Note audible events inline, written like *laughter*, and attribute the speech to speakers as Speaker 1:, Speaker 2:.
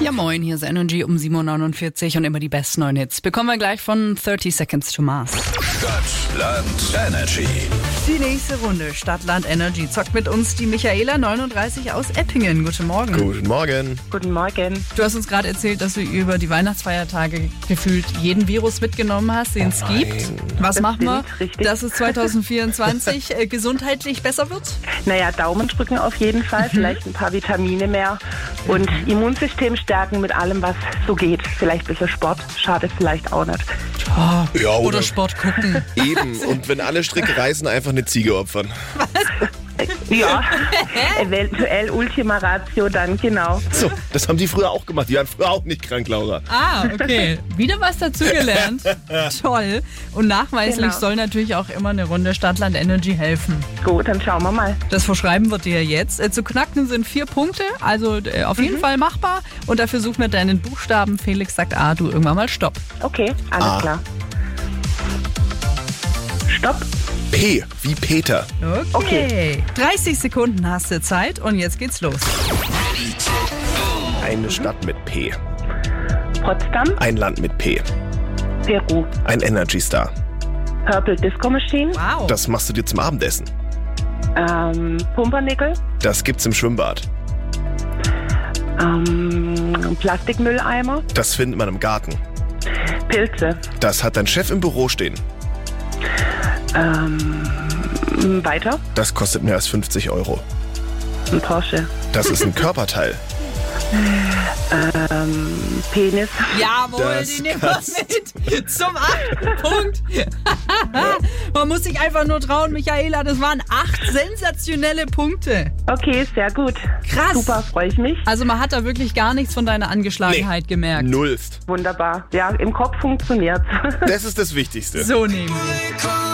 Speaker 1: Ja, moin, hier ist Energy um 7.49 Uhr und immer die besten neuen Hits. Bekommen wir gleich von 30 Seconds to Mars.
Speaker 2: Stadtland Energy.
Speaker 1: Die nächste Runde, Stadtland Energy, zockt mit uns die Michaela 39 aus Eppingen. Guten Morgen.
Speaker 3: Guten Morgen.
Speaker 4: Guten Morgen.
Speaker 1: Du hast uns gerade erzählt, dass du über die Weihnachtsfeiertage gefühlt jeden Virus mitgenommen hast, den es gibt. Was machen wir,
Speaker 4: stimmt, richtig.
Speaker 1: dass es 2024 äh, gesundheitlich besser wird?
Speaker 4: Naja, Daumen drücken auf jeden Fall, vielleicht ein paar Vitamine mehr und Immunsystem stärken mit allem, was so geht. Vielleicht ein bisschen Sport, schadet vielleicht auch nicht.
Speaker 3: Ja,
Speaker 1: oder,
Speaker 3: oder-
Speaker 1: Sport gucken.
Speaker 3: Eben. Und wenn alle Stricke reißen, einfach eine Ziege opfern.
Speaker 4: Äh, Ja, eventuell Ultima Ratio dann, genau.
Speaker 3: So, das haben die früher auch gemacht. Die waren früher auch nicht krank, Laura.
Speaker 1: Ah, okay. Wieder was dazugelernt. Toll. Und nachweislich
Speaker 4: Genau.
Speaker 1: soll natürlich auch immer eine Runde Stadtland Energy helfen.
Speaker 4: Gut, dann schauen wir mal.
Speaker 1: Das verschreiben wir dir jetzt. Äh, Zu knacken sind vier Punkte, also äh, auf
Speaker 3: Mhm.
Speaker 1: jeden Fall machbar. Und dafür such mir deinen Buchstaben. Felix sagt A, du irgendwann mal Stopp.
Speaker 4: Okay, alles
Speaker 3: Ah.
Speaker 4: klar. Stopp.
Speaker 3: P, wie Peter.
Speaker 1: Okay. 30 Sekunden hast du Zeit und jetzt geht's los.
Speaker 3: Eine Stadt mit P.
Speaker 4: Potsdam,
Speaker 3: Ein Land mit P.
Speaker 4: Peru.
Speaker 3: Ein Energy Star.
Speaker 4: Purple Disco Machine,
Speaker 1: Wow.
Speaker 3: Das machst du dir zum Abendessen.
Speaker 4: ähm, Pumpernickel,
Speaker 3: Das gibt's im Schwimmbad.
Speaker 4: ähm, Plastikmülleimer,
Speaker 3: Das findet man im Garten.
Speaker 4: Pilze,
Speaker 3: Das hat dein Chef im Büro stehen.
Speaker 4: ähm, weiter,
Speaker 3: Das kostet mehr als 50 Euro.
Speaker 4: ein Porsche,
Speaker 3: Das ist ein Körperteil.
Speaker 4: Penis.
Speaker 1: Jawohl,
Speaker 3: Das
Speaker 1: die nehmen wir mit zum achten Punkt. *laughs* Man muss sich einfach nur trauen, Michaela. Das waren acht sensationelle Punkte.
Speaker 4: Okay, sehr gut.
Speaker 1: Krass.
Speaker 4: Super, freue ich mich.
Speaker 1: Also man hat da wirklich gar nichts von deiner Angeschlagenheit gemerkt.
Speaker 3: Nullst.
Speaker 4: Wunderbar. Ja, im Kopf funktioniert. *laughs*
Speaker 3: Das ist das Wichtigste.
Speaker 1: So nehmen.
Speaker 2: Willkommen